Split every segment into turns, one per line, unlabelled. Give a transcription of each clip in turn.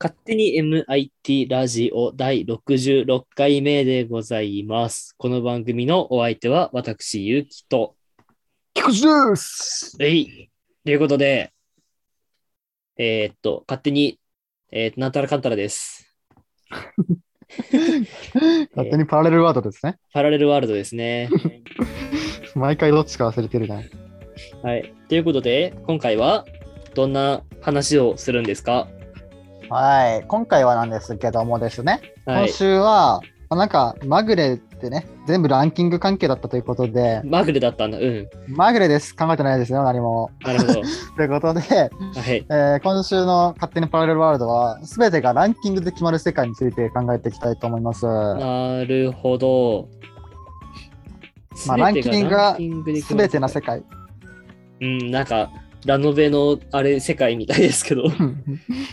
勝手に MIT ラジオ第66回目でございます。この番組のお相手は私、ゆうきと。
菊池です
えいということで、えーっと、勝手に、えーっとなんたらかんたらです。
勝手にパラレルワードですね。
パラレルワールドです ね。
毎回どっちか忘れてるじゃん。
はい。ということで、今回はどんな話をするんですか
はい、今回はなんですけどもですね、
はい
今。週は、まあなんか、まぐれってね、全部ランキング関係だったということで、
マグレだったんだ。うん。
まぐれです、考えてないですよ、何も。
なるほど。
というこ とで、
はい。
えー今週の勝手にパラレルワールドは、すべてがランキングで決まる世界について考えていきたいと思います。
なるほど。
まあランキングがすべてな
世
世界。
うん、なんか、ラノベのあれ、世界みたいです けど、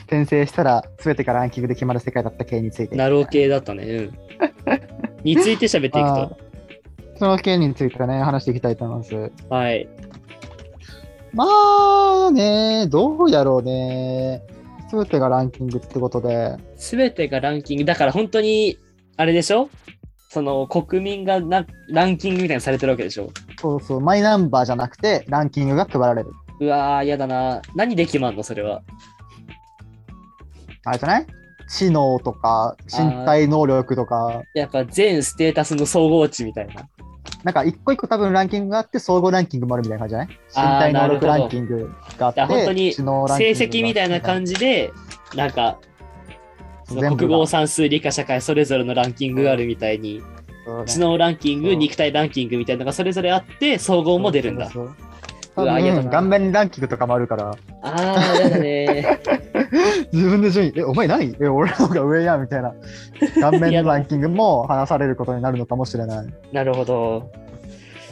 転生したら、すべてがランキングで決まる世界だった系について。
ナロー系だったね。うん。について喋ってい
あ
く
ーその件についてね、話していきたいと思います。
と。はい。
まあね、どうやろうね。すべてがランキングってことで。
すべてがランキング、だから本当に、あれでしょその国民がなランキングみたいにされてるわけでしょ
そうそう、マイナンバーじゃなくて、ランキングが配られる。
うわー、やだな。何で決まんのそれは。
あれじゃない知能とか、身体能力とか、
やっぱ全ステータスの総合値みたいな。
なんか一個一個多分ランキングがあって、総合ランキングもあるみたいな感じじゃ
あー
ない身体能力
な
ラ
るほど
ンキングがあ
だ
っ
から本当
て、
に
知能ランキン
成
グが
績みたいな感じで、なんか、その
全部が
国語、算数、理科、社会、それぞれのランキングがあるみたいに、
そう
知
ね
能ランキング、
うん
肉体ランキングみたいなのがそれぞれあって、総合も出るんだ。
そうそうそう
う
多
わ嫌だな
分顔面ランキングとかもあるから、
ああ、やだね。
自分で順位、え、お前何え、俺の方が上やみた いな、顔面
や
の
だ
ランキングも話されることになるのかもしれない。
なるほど。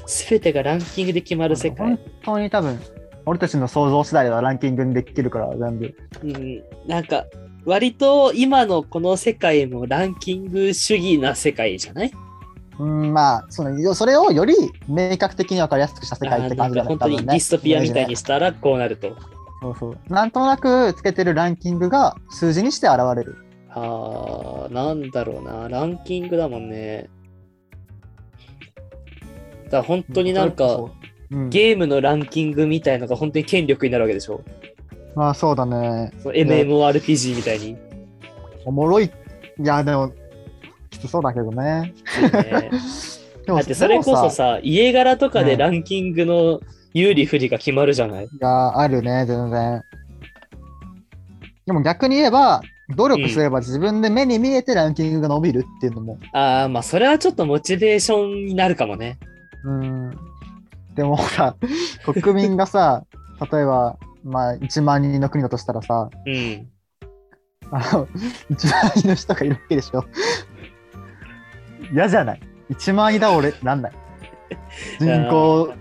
すべてがランキングで決まる世界
本。当に多分、俺たちの想像次第ではランキングにできるから、全部。
うん、なんか、割と今のこの世界もランキング主義な世界じゃない
うん、まあ、そのよそれをより明確的に分かりやすくした世界って
あーな
感
ん
じ
か
だね。
本当に
多
デ
分ね
ィストピアみたい。
イメージね
にしたらこうなると。
そうそう。なんとなくつけてるランキングが数字にして現れる。
あー、なんだろうな、ランキングだもんね。だから本当になん
それ
か
こ、そ、うん、
ゲームのランキングみたいのが本当に権力になるわけでしょ。
まあそうだね。
その MMORPG みたいに。
おもろい。いや、でも、きつそうだけどね。
そうね
で
だ
も
ってそれこ
で
そ
も
さ、家柄とかで
うん
ランキングの有利不利が決まるじゃない。
があるね、全然。でも逆に言えば、努力すれば自分で目に見えてランキングが伸びるっていうのも。
ああ、まあそれはちょっとモチベーションになるかもね。
うん。でも さ、国民がさ、例えば、まあ、1万人の国だとしたらさ、
うん。
あの1万人の人がいるわけでしょ。嫌じゃない ?1 万人だ俺、なんない。人口、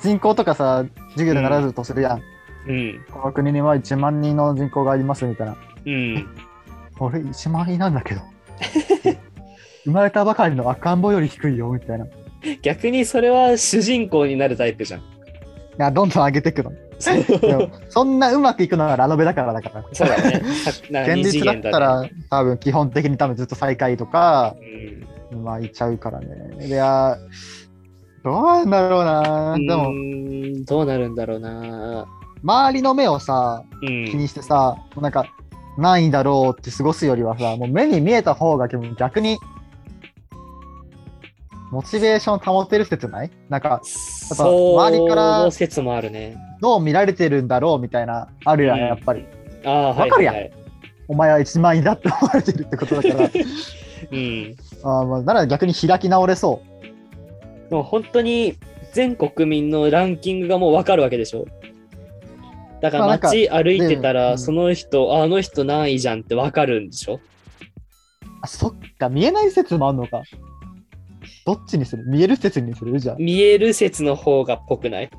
人口とかさ、授業で習うとするやん。
うん。
この国には1万人の人口がありますみたいな。
うん。
俺1万円なんだけど 生まれたばかりの赤ん坊より低いよみたいない
逆にそれは主人公になるタイプ じゃん。
やどんどん上げて くの
そう
でもそんなうまくいくのはラノベだからだから
そうだね。さなんか
現
二次
実だ
元だね
ったら、多分基本的に多分ずっと最下位とか
うん
まあいっちゃうからねいやどうなんだろうなで
う
も
ーんどうなるんだろうな。
周りの目をさ
う
気
ん。
にしてさ、もうなんか何位だろうって過ごすよりはさもう目に見えた方が逆にモチベーション保てる説ないなんかっぱ
そう、
周りから
の説もあるね。
どう見られてるんだろうみたいな、あるやん、
うん
やっぱり。
ああ、はい、
わかるやん
はいはい
お前は一万円だって思われてるってこと だか
うん。
ら、
で
あーまあなら逆に開き直れそ
も本当に全国民のランキングがもうわかるわけでしょ。だから
まあなんか
街歩いてたら、
ねうん
その人、あの人何位じゃんってわかるんでしょ
う。あ、そっか、見えない説もあんのか。どっちにする見える説にするじゃあ
見える説の方がっぽくない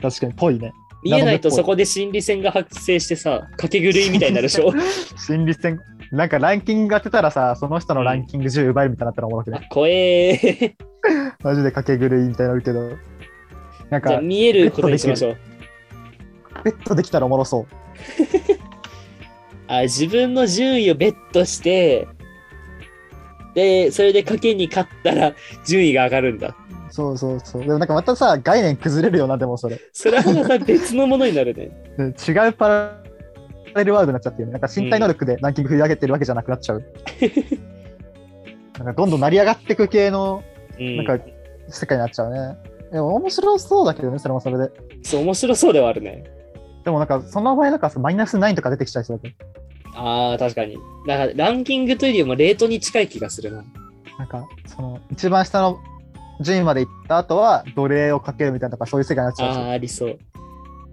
確かに、ぽいね。
見えないと
なる
そ
ほ
こで心理戦が発生してさ、掛け狂いみたいになるでしょ
心理戦、なんかランキングが出たらさ、その人のランキング10奪えるみたいになったらおもろく
あ
ね。
怖えー。
マジで掛け狂いみたいになるけど。なん
じゃあ
か、
見えることにしましょう。
ベッドできたらおもろそう。
あ自分の順位をベットして、で、それで賭けに勝ったら順位が上がるんだ。
そうそうそう。でもなんかまたさ、概念崩れるよな、でもそれ。
それはまた別のものになるね。
で違うパラレルワールドになっちゃってるね。なんか身体能力でランキング振り上げてるわけじゃなくなっ ちゃう。なんかどんどん成り上がってく系の
うん。
なんか世界になっちゃうね。でも面白そうだけどね、それもそれで。
そう、面白そうではあるね。
でもなんか、その場合なんかさ、マイナス9とか出てきちゃいそうだけ
ああ、確かに。なんかランキングというよりもレートに近い気がするな。
ど。なんか、その、一番下の順位まで行った後は、奴隷をかけるみたいなとか、そういう世界になっち
あ
ゃうし
あー、ありそう。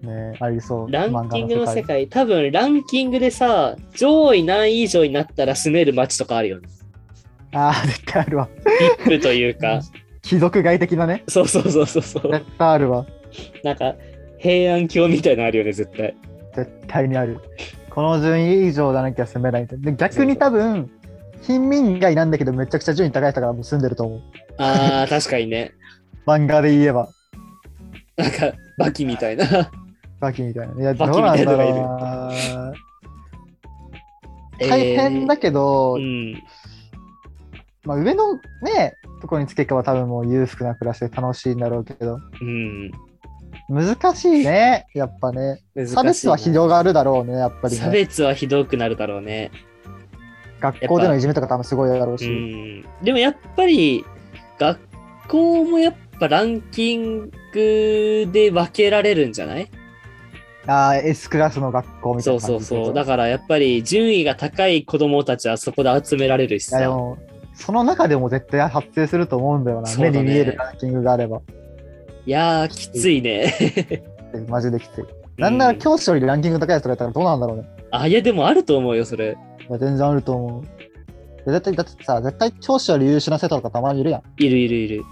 ねありそう。
ランキングの世
漫画
界、多分ランキングでさ、上位何位以上になったら住める街とかあるよね。
ああ、絶対あるわ。
ビップというか、
貴族外的なね。
そうそうそうそうそう。
絶対あるわ。
なんか、平安京みたいなのあるよね、絶対。
絶対にある。この順位以上じゃなきゃ住めないみたいな。で逆に多分、貧民街なんだけど、めちゃくちゃ順位高い人がもう住んでると思う。
ああ、確かにね。
漫画で言えば、
なんか、バキみたいな。
バキみたいな。いや、ど
バ
う
キみ
な
た
ん
いな
だ
のがいる
ろうな。 大変だ
け
けど、
うん。
まあ、上のね、とこにつけば多分もう裕福な暮らしで楽しいんだろうけど、
うん。
難しいね、やっぱね。
難しいな
差別は広がるだろうね、やっぱり
差
ね。
別はひどくなるだろうね。
学校でのいじめとか多分すごいだろう
う
し。
ん。でもやっぱり、学校もやっぱランキングで分けられるんじゃない
ああ、S クラスの学校みたい
そ
な
う
感
そ
じ
う
で
そう。だからやっぱり順位が高い子供たちはそこで集められるし
いやで
さ。
も、その中でも絶対発生すると思うんだよな。
そうだね
目に見えるランキングがあれば。
いやー、きついね。
マジできつい。なんなら
日。
教師よりランキング高いやつとかいたらどうなんだろうね。
あ、いや、でもあると思うよ、それ。
いや全然あると思う。で絶対、だってさ、絶対教師より優秀な生徒とかたまにいるやん。
いるいるいる。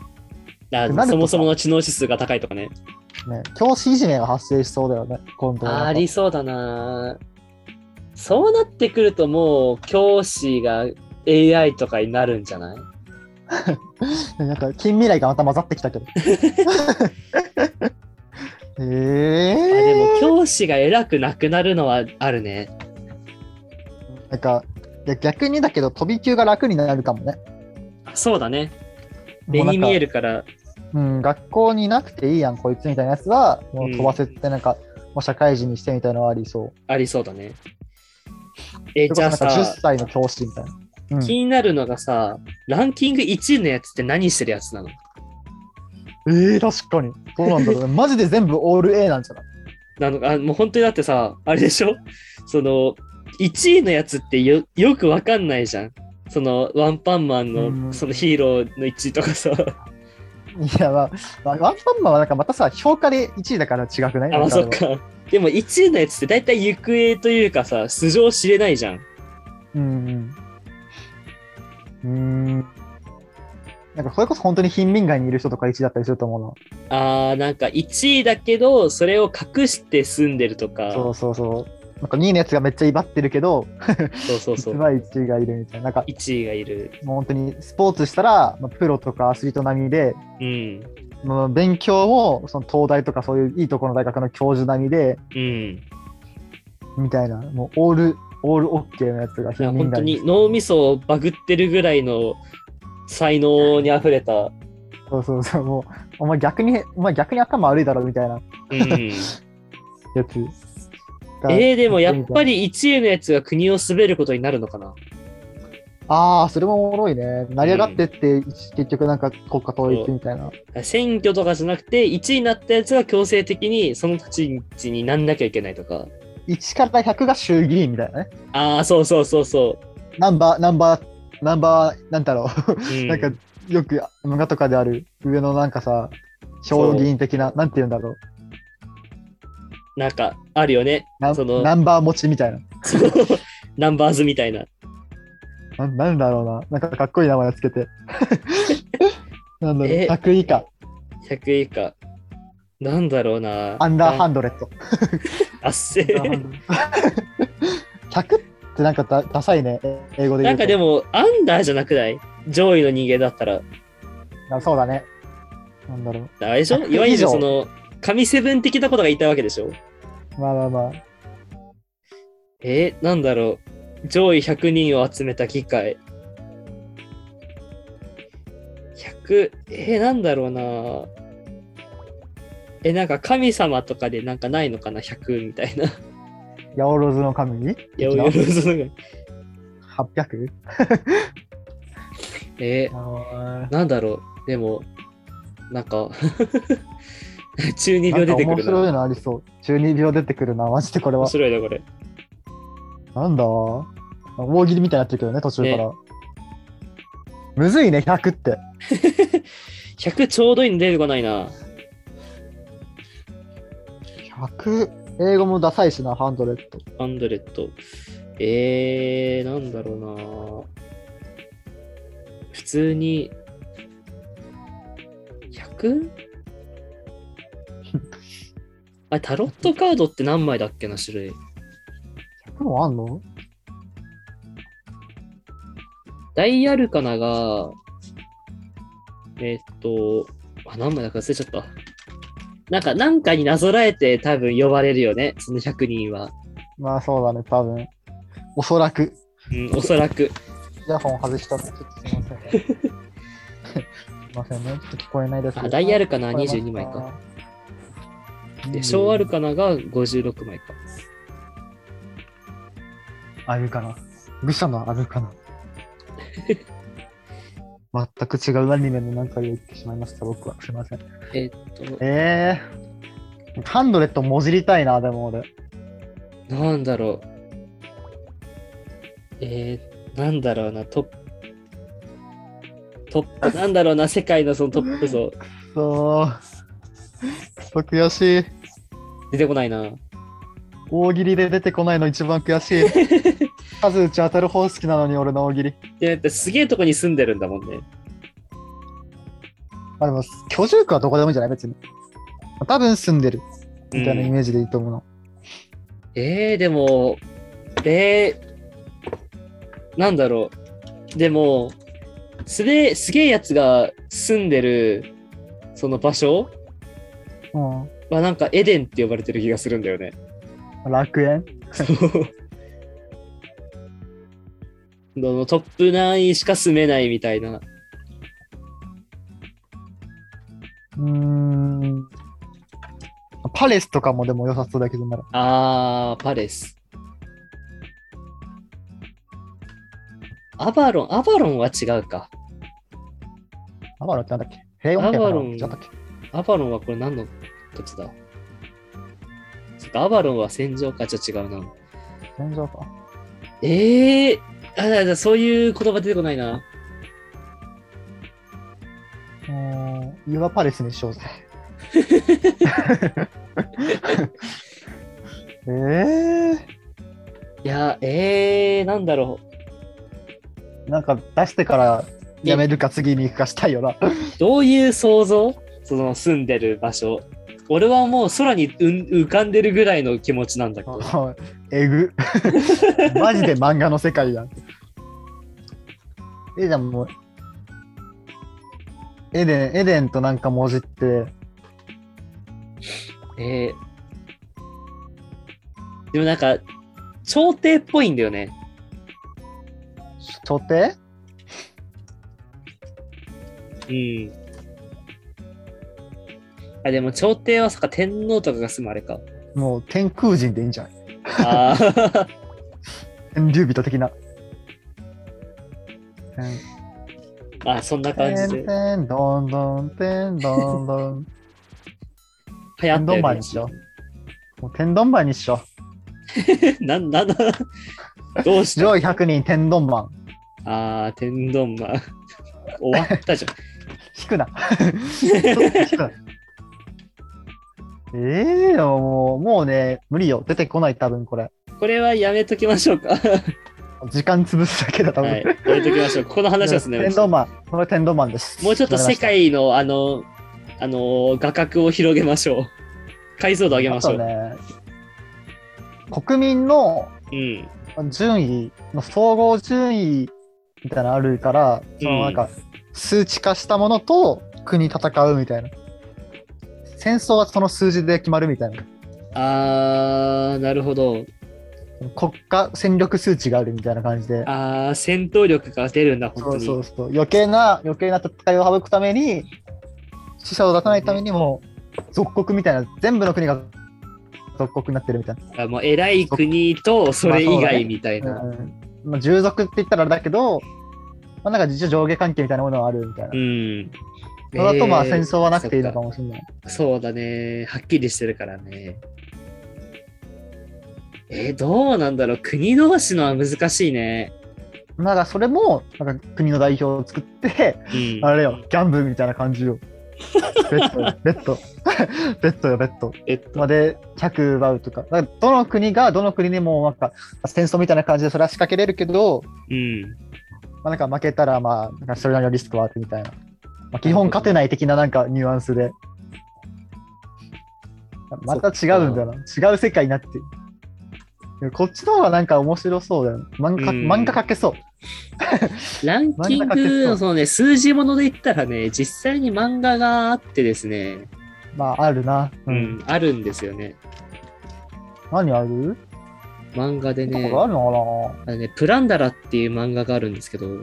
あ
なるとさ
そもそもの知能指数が高いとかね。
ね、教師いじめが発生しそうだよね、今度は
ありそうだなそうなってくるともう教師が AI とかになるんじゃない
なんか近未来がまた混ざってき たけど。ええ
あでも教師が偉くなくなるのはあるね。
なんかいや逆にだけど飛び級が楽になるかもね。
あそうだね。目に見え
る。
るから。
うん、学校にいなくていいやん、こいつみたいなやつは、もう飛ばせて、なんか、もう社会人にしてみたいなのはありそう。
ありそうだね。え、
それこ
じ
そ
ゃ
な
あ
んか
さ
10、歳の教師みたいな。うん
気になるのがさ、ランキング1位のやつって何してるやつなの
えー、確かに。どうなんだろうね。 マジで全部オール A なんじゃない
なのか、あもう本当にだってさ、あれでしょその、1位のやつってよよくわかんないじゃん。その、ワンパンマン
うん
の、そのヒーローの1位とかさ。
いや、まあ、まあワンパンマンはなんかまたさ、評価で1位だから違くない
あ、まあ、そっ
なんか
か。でも1位のやつって大体行方というかさ、素性知れないじゃん。
うんうん。うーん。なんか、それこそ本当に貧民街にいる人とか1位だったりすると思
あー、なんか1位だけど、それを隠して住んでると
う
か
な。。そうそうそう。なんか2位のやつがめっちゃ威張ってるけど、
そうそうそう。
実は1位がいるみたいな。なんか、
1位がいる。
もう本当にスポーツしたら、まあ、プロとかアスリート並みで、
うん。
まあ勉強もその東大とかそういういいところの大学の教授並みで、
うん。
みたいな、もうオール、オールオッケーのやつが
いや
貧民
本当
街
に脳みそをバグってるぐらいの才能にあふれた。
そうそうそう、もう、お前逆に、お前逆に頭悪いだろみたいな
うん。
やつが。
えー、でもやっぱり1位のやつが国を滑ることになるのかな
ああ、それもおもろいね。成り上がってって、結局なんか国家統一みたいな。
選挙とかじゃなくて1位になったやつが強制的にその立ち位置になんなきゃいけないとか
1から100が衆議院みたいなね。
ああそうそうそうそ
ナンバー、ナンバー、ナンバー、なんだろ
う、
う。
う
なんかよく漫画とかである上のなんかさ、小議員的な、なんて言うんだろう。
なんかあるよね
な
その
ナンバー持ちみたいな。
そのナンバーズみたいな
ななんだろうな。なんかかっこいい名前をつ けて。なんだろう。
え
100以下。
100位以下なんだろうな
アンダーハ
ン
ンドレッド。
あっせー
100ってなんかだダサいね。英語で言
な
うんと。
かでもアンダーじゃなくない上位の人間だったら
あそうだね。なんだろう。
あれでしょ
100
いわゆ
以
る
上
その神セブン的なことが言いたいわけでしょ
まあまあまあ。
えー、なんだろう。上位100人を集めた機械。100、えー、なんだろうな。えー、なんか神様とかでなんかないのかな ?100 みたいな。
八百万の神に
いや、俺もその
?800?
え
あ
ー、なんだろう。でも、なんか、 中二
ーな
病出
んか
てくる
面
な。
白いのありそう。中二病出てくるな。マジでこれ
面
は。
白いな、これ。
なんだ大喜利みたいになってるけどね、途中から。むずいね、100って。
100ちょうどいいの出てこないな。
100。英語もダサいしな、ハンドレット。
アンドレット。えー、なんだろうな。普通に、100? あれ、タロットカードって何枚だっけな、種類。
100もあんの
ダイアルカナが、えーっと、あ、何枚だか忘れちゃった。なんか、なんかになぞらえて多分呼ばれるよね、その100人は。
まあそうだね、多分。おそらく。
うん、おそらく。
イヤホン外したちょっとすいません。すいませんね、ちょっと聞こえないですけど
あダイヤルかな
聞こえます
22枚か。
う
で、
ん
小アルカナが56枚か。
あるかな。愚者のある かな。全く違うアニメの中で言ってしまいました、僕は。すいません。
えーっと、
えー、ハンドレットもじりたいな、でも俺。
なんだろう。えー、なんだろうな、トップ。トップ、なんだろうな、世界のそのトップ像。
そう。くそ悔しい。
出てこないな。
大喜利で出てこないの一番悔しい。 数打ち当たる方式なのに俺の大喜利。
で、だってすげえとこに住んでるんだもんね。
まあでも、居住区はどこでもいいんじゃない別に。多分住んでる。みたいなイ
うん
メージでいいと思うの。
えー、でも、えー、なんだろう。でも、すげえ、すげえやつが住んでる、その場所
うん。
はなんかエデンって呼ばれてる気がするんだよね。
楽園
どのトップ9しか住めないみたいな。
うーん。パレスとかもでも良さそうだけどなら。
あー、パレス。アバロン、アバロンは違うか。
アバロンってなんだっけ平穏圏
ア
か
バ
な
ロン
違ったっけ
アバロンはこれ何の土地だそっか、アバロンは戦場か、じゃあ違うな。
天井か。
えー、あだだそういう言葉出てこないな。
うーん。岩パレスにしようぜ。ええ
いや、えー、なんだろ
ー、なんか出してからやめるか次に行くかしたいよな。
う。どういう想像その住んでる場所。俺はもう空にうん浮かんでるぐらいの気持ちなんだけど。
えぐ。マジで漫画の世界やん。え、じゃあもう、エデン、エデンとなんか文字って、
えー、でもなんか、朝廷っぽいんだよね。
書邸
うん。あ、でも朝廷はそっか、天皇とかが住むあれか。
もう天空人でいいんじゃない
あー
天竜人的な。
あ、そんな
て
感
ん
じで。
てんどんどんてんどんど ん。
流行って
天丼
る
前にしよもう天丼マンにしよ
な、な、 な、どう
う。
し
上
た
位100人天丼マン。
ああ、天丼まん。 終わったじゃん。
引くな。 ちょっと引くな。ええよ、もう、もうね、無理よ。出てこない、多分これ。
これはやめときましょう か。は
時間潰すだけだ、多分。
い。やめときましょう。ここの話はすね
天。丼マン。これ天丼マンです。
もうちょっと世界の、あの、あの、画角を広げましょう。解像度上げましょ
あ
う。
とね、国民の
うん。
順位、の総合順位みたいなのあるから、そのなんか、数値化したものと国戦うみたいな。戦争はその数字で決まるみたいな。
あー、なるほど。
国家戦力数値があるみたいな感じで。
ああ、戦闘力が出るんだ、本
そ
当
う
に。
そうそう。余計な、余計な戦いを省くために、死者を出さないためにも、属国みたいな、全部の国が属国になってるみたいな。
あもう偉い国とそれ以外みたいな。
うんまあ、従属って言ったらあれだけど、まあ、なんか実は上下関係みたいなものはあるみたいな。
うん。
それだとまあ戦争はなくていい
だ
のかもしれない。
そうだね。はっきりしてるからね。えーどうなんだろう。国同士のは難しいね。
なんかそれもなんか国の代表を作って、
うん。
あれよ、ギャンブルみたいな感じよ。ベッドよ、 ベッド。 ベッドよ、ベッド。
えっと、
まあで、100奪うとか。だからどの国がどの国にもなんか戦争みたいな感じでそれは仕掛けれるけど、
うん。
まあ、なんか負けたら、まあ、なんかそれなりのリスクはあるみたいな。まあ、基本勝てない的ななんかニュアンスで。また違うんだよな。違う世界になってる。でもこっちの方がなんか面白そうだよ、ね。漫画、
うん
漫画描けそう。
ランキングのそのね、数字もので言ったらね、実際に漫画があってですね、
まあ、あるな。う。
うんん、あるんですよね。
何ある
漫画で
ど
ね、
こがあるの
あのね、プランダラっていう漫画があるんですけど、
か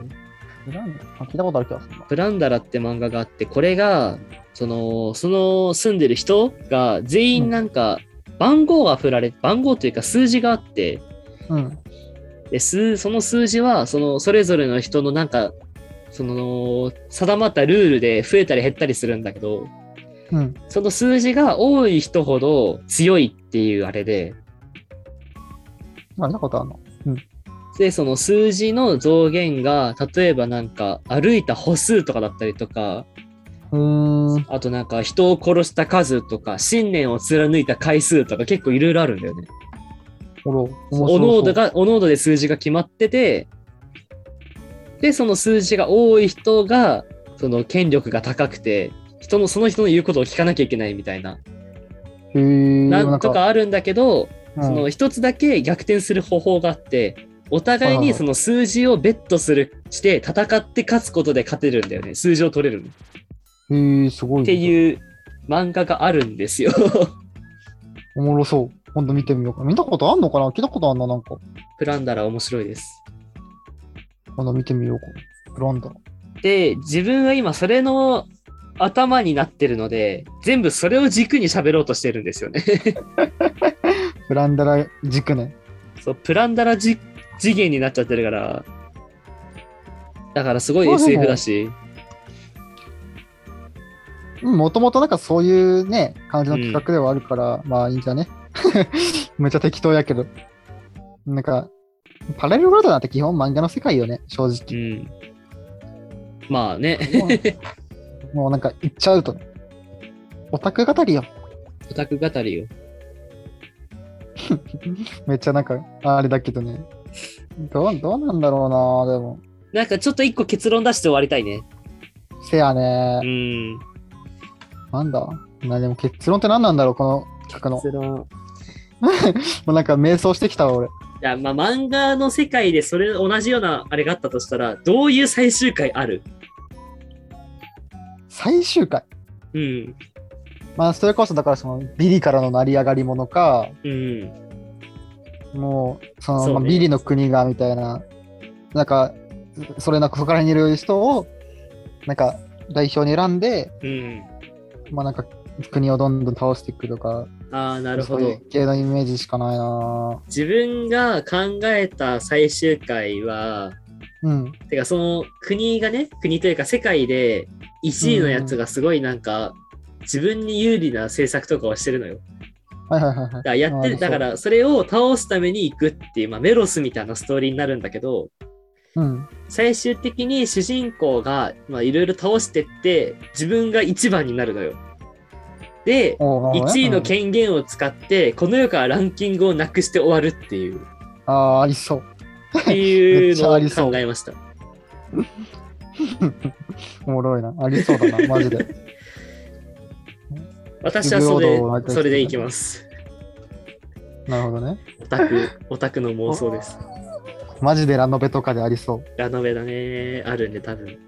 ななんだあ聞いたことある気がするな。
プランダラって漫画があって、これが、その、その住んでる人が全員なんか、番号が振られ、番号というか数字があって、
うん。
で数その数字は、その、それぞれの人のなんか、その、定まったルールで増えたり減ったりするんだけど、
うん。
その数字が多い人ほど強いっていうあれで、
なんだことあるの
で、その数字の増減が、例えばなんか歩いた歩数とかだったりとか、
うーん。
あとなんか人を殺した数とか、信念を貫いた回数とか結構いろいろあるんだよね。
おろ、面白そう
おのおのが、おのおので数字が決まってて、で、その数字が多い人が、その権力が高くて、人の、その人の言うことを聞かなきゃいけないみたいな、
へー
なんと、かあるんだけど、
うん
その一つだけ逆転する方法があって、お互い
はいはい
にその数字をベットする、して戦って勝つことで勝てるんだよね。数字を取れるのっ
へーすごい。
て
う。
いう漫画があるんですよ。
おもろそう。今度見てみようか。見たことあんのかな聞いたことあんな、なんか。
プランダラ面白いです。
今度見てみようか。ブランダー。
で、自分は今それの頭になってるので、全部それを軸に喋ろうとしてるんですよね。
ブランダラ軸ね。
そう、プランダラじ次元になっちゃってるから、だからすごい
まあでも
SF だし、
もともとなんかそういうね、感じの企画ではあるから、まあいいんじゃね。 めっちゃ適当やけど。なんか、パラレルワールドなんて基本漫画の世界よね、正
う
直。
ん。まあね、
もうなんか言っちゃうとね。オタク語りよ。
オタク語りを。
めっちゃなんか、あれだけどね。どう、どうなんだろうなでも。
なんかちょっと一個結論出して終わりたいね。
せやね
うん。
なんだなでも結論って何なんだろう、この企画の。
結論。
もうなんか迷走してきたわ、俺。
いや、まあ、漫画の世界でそれ同じようなあれがあったとしたら、どういう最終回ある
最終回。
うん。
まあ、それこそだからその、ビリからの成り上がりものか、
うん。
もう、その、
そうね
まあ、ビリの国がみたいな、なんか、それなくそこら辺にいる人を、なんか、代表に選んで、
うん。
まあなんか、国をどんどん倒していくとか、
ああ、なるほ
そうい
ど。
う系のイメージしかないな
自分が考えた最終回は、
うん。
てかその国がね、国というか世界で1位のやつがすごいなんか、自分に有利な政策とかをしてるのよ。
はいはいはい
だ
はい
からやって
あー
る、だからそれを倒すために行くっていう、まあメロスみたいなストーリーになるんだけど、
うん。
最終的に主人公がまあいろいろ倒してって自分が一番になるのよ。で
おーなるほどね
1位
う
の
ん
権限を使ってこの世からランキングをなくして終わるっていう
ああ、ありそう。
っていうの
めっちゃありそ
を
う
考えま した。
おもろいな。ありそうだ な、マジで。
私はそれ
重労働を
それでいきます。
なるほどね。
オタクオタクの妄想です。
マジでラノベとかでありそう。
ラノベだねあるんで多分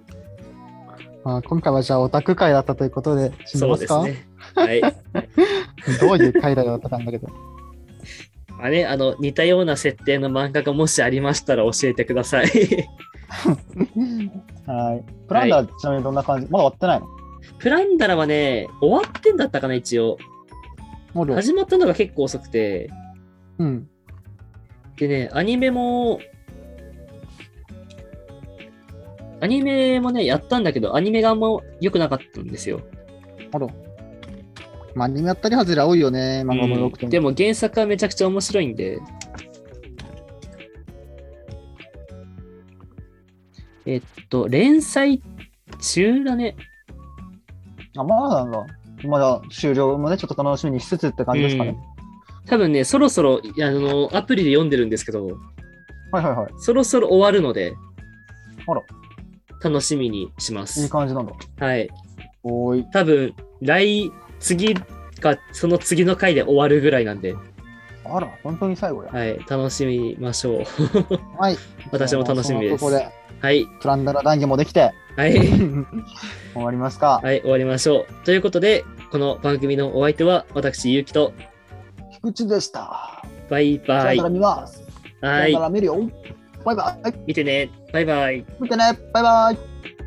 まあ、今回はじゃあオタク会だったということで、締め
そ
ま
う
す
です
か
ね。はい。
どういう会だよって感じだけど。
まあね、あの、似たような設定の漫画がもしありましたら教えてください。
はい。プランダー、ちなみにどんな感じまだ終わってないの
プランダラはね、終わってんだったかな、一応。
もう両
始まったのが結構遅くて。
うん。
でね、アニメも、アニメもね、やったんだけど、アニメがあんま良くなかったんですよ。
あら。まあ、アニメやったり外れ多いよね、漫画も
うん
6点。
でも原作はめちゃくちゃ面白いんで。えっと、連載中だね。
あ、まだなんだ。まだ終了もね、ちょっと楽しみにしつつって感じですかね。
うん多分ね、そろそろいやあのアプリで読んでるんですけど、
はいはいはい。
そろそろ終わるので、
あら
楽しみにしま
いい
す。
感じなんだ。
はい。
おーい。
多分来、次か、その次の回で終わるぐらいなんで、
あら、本当に最後や。
はい、楽しみましょう。
はい。
私も楽しみです
じゃあそんなとこ
はい。
で、プランダラ談義もで きて、
はい。
終わりますか。
はい、終わりましょう。ということで、この番組のお相手は、私、ゆうきと、
菊池でした。
バイ
プ
バ
ラン
イ
ダラ。見ます。プ
は
ラン
い
ダ。ラ見るよ。バイバイ。
見てね。バイバイ。
見てね。バイバイ。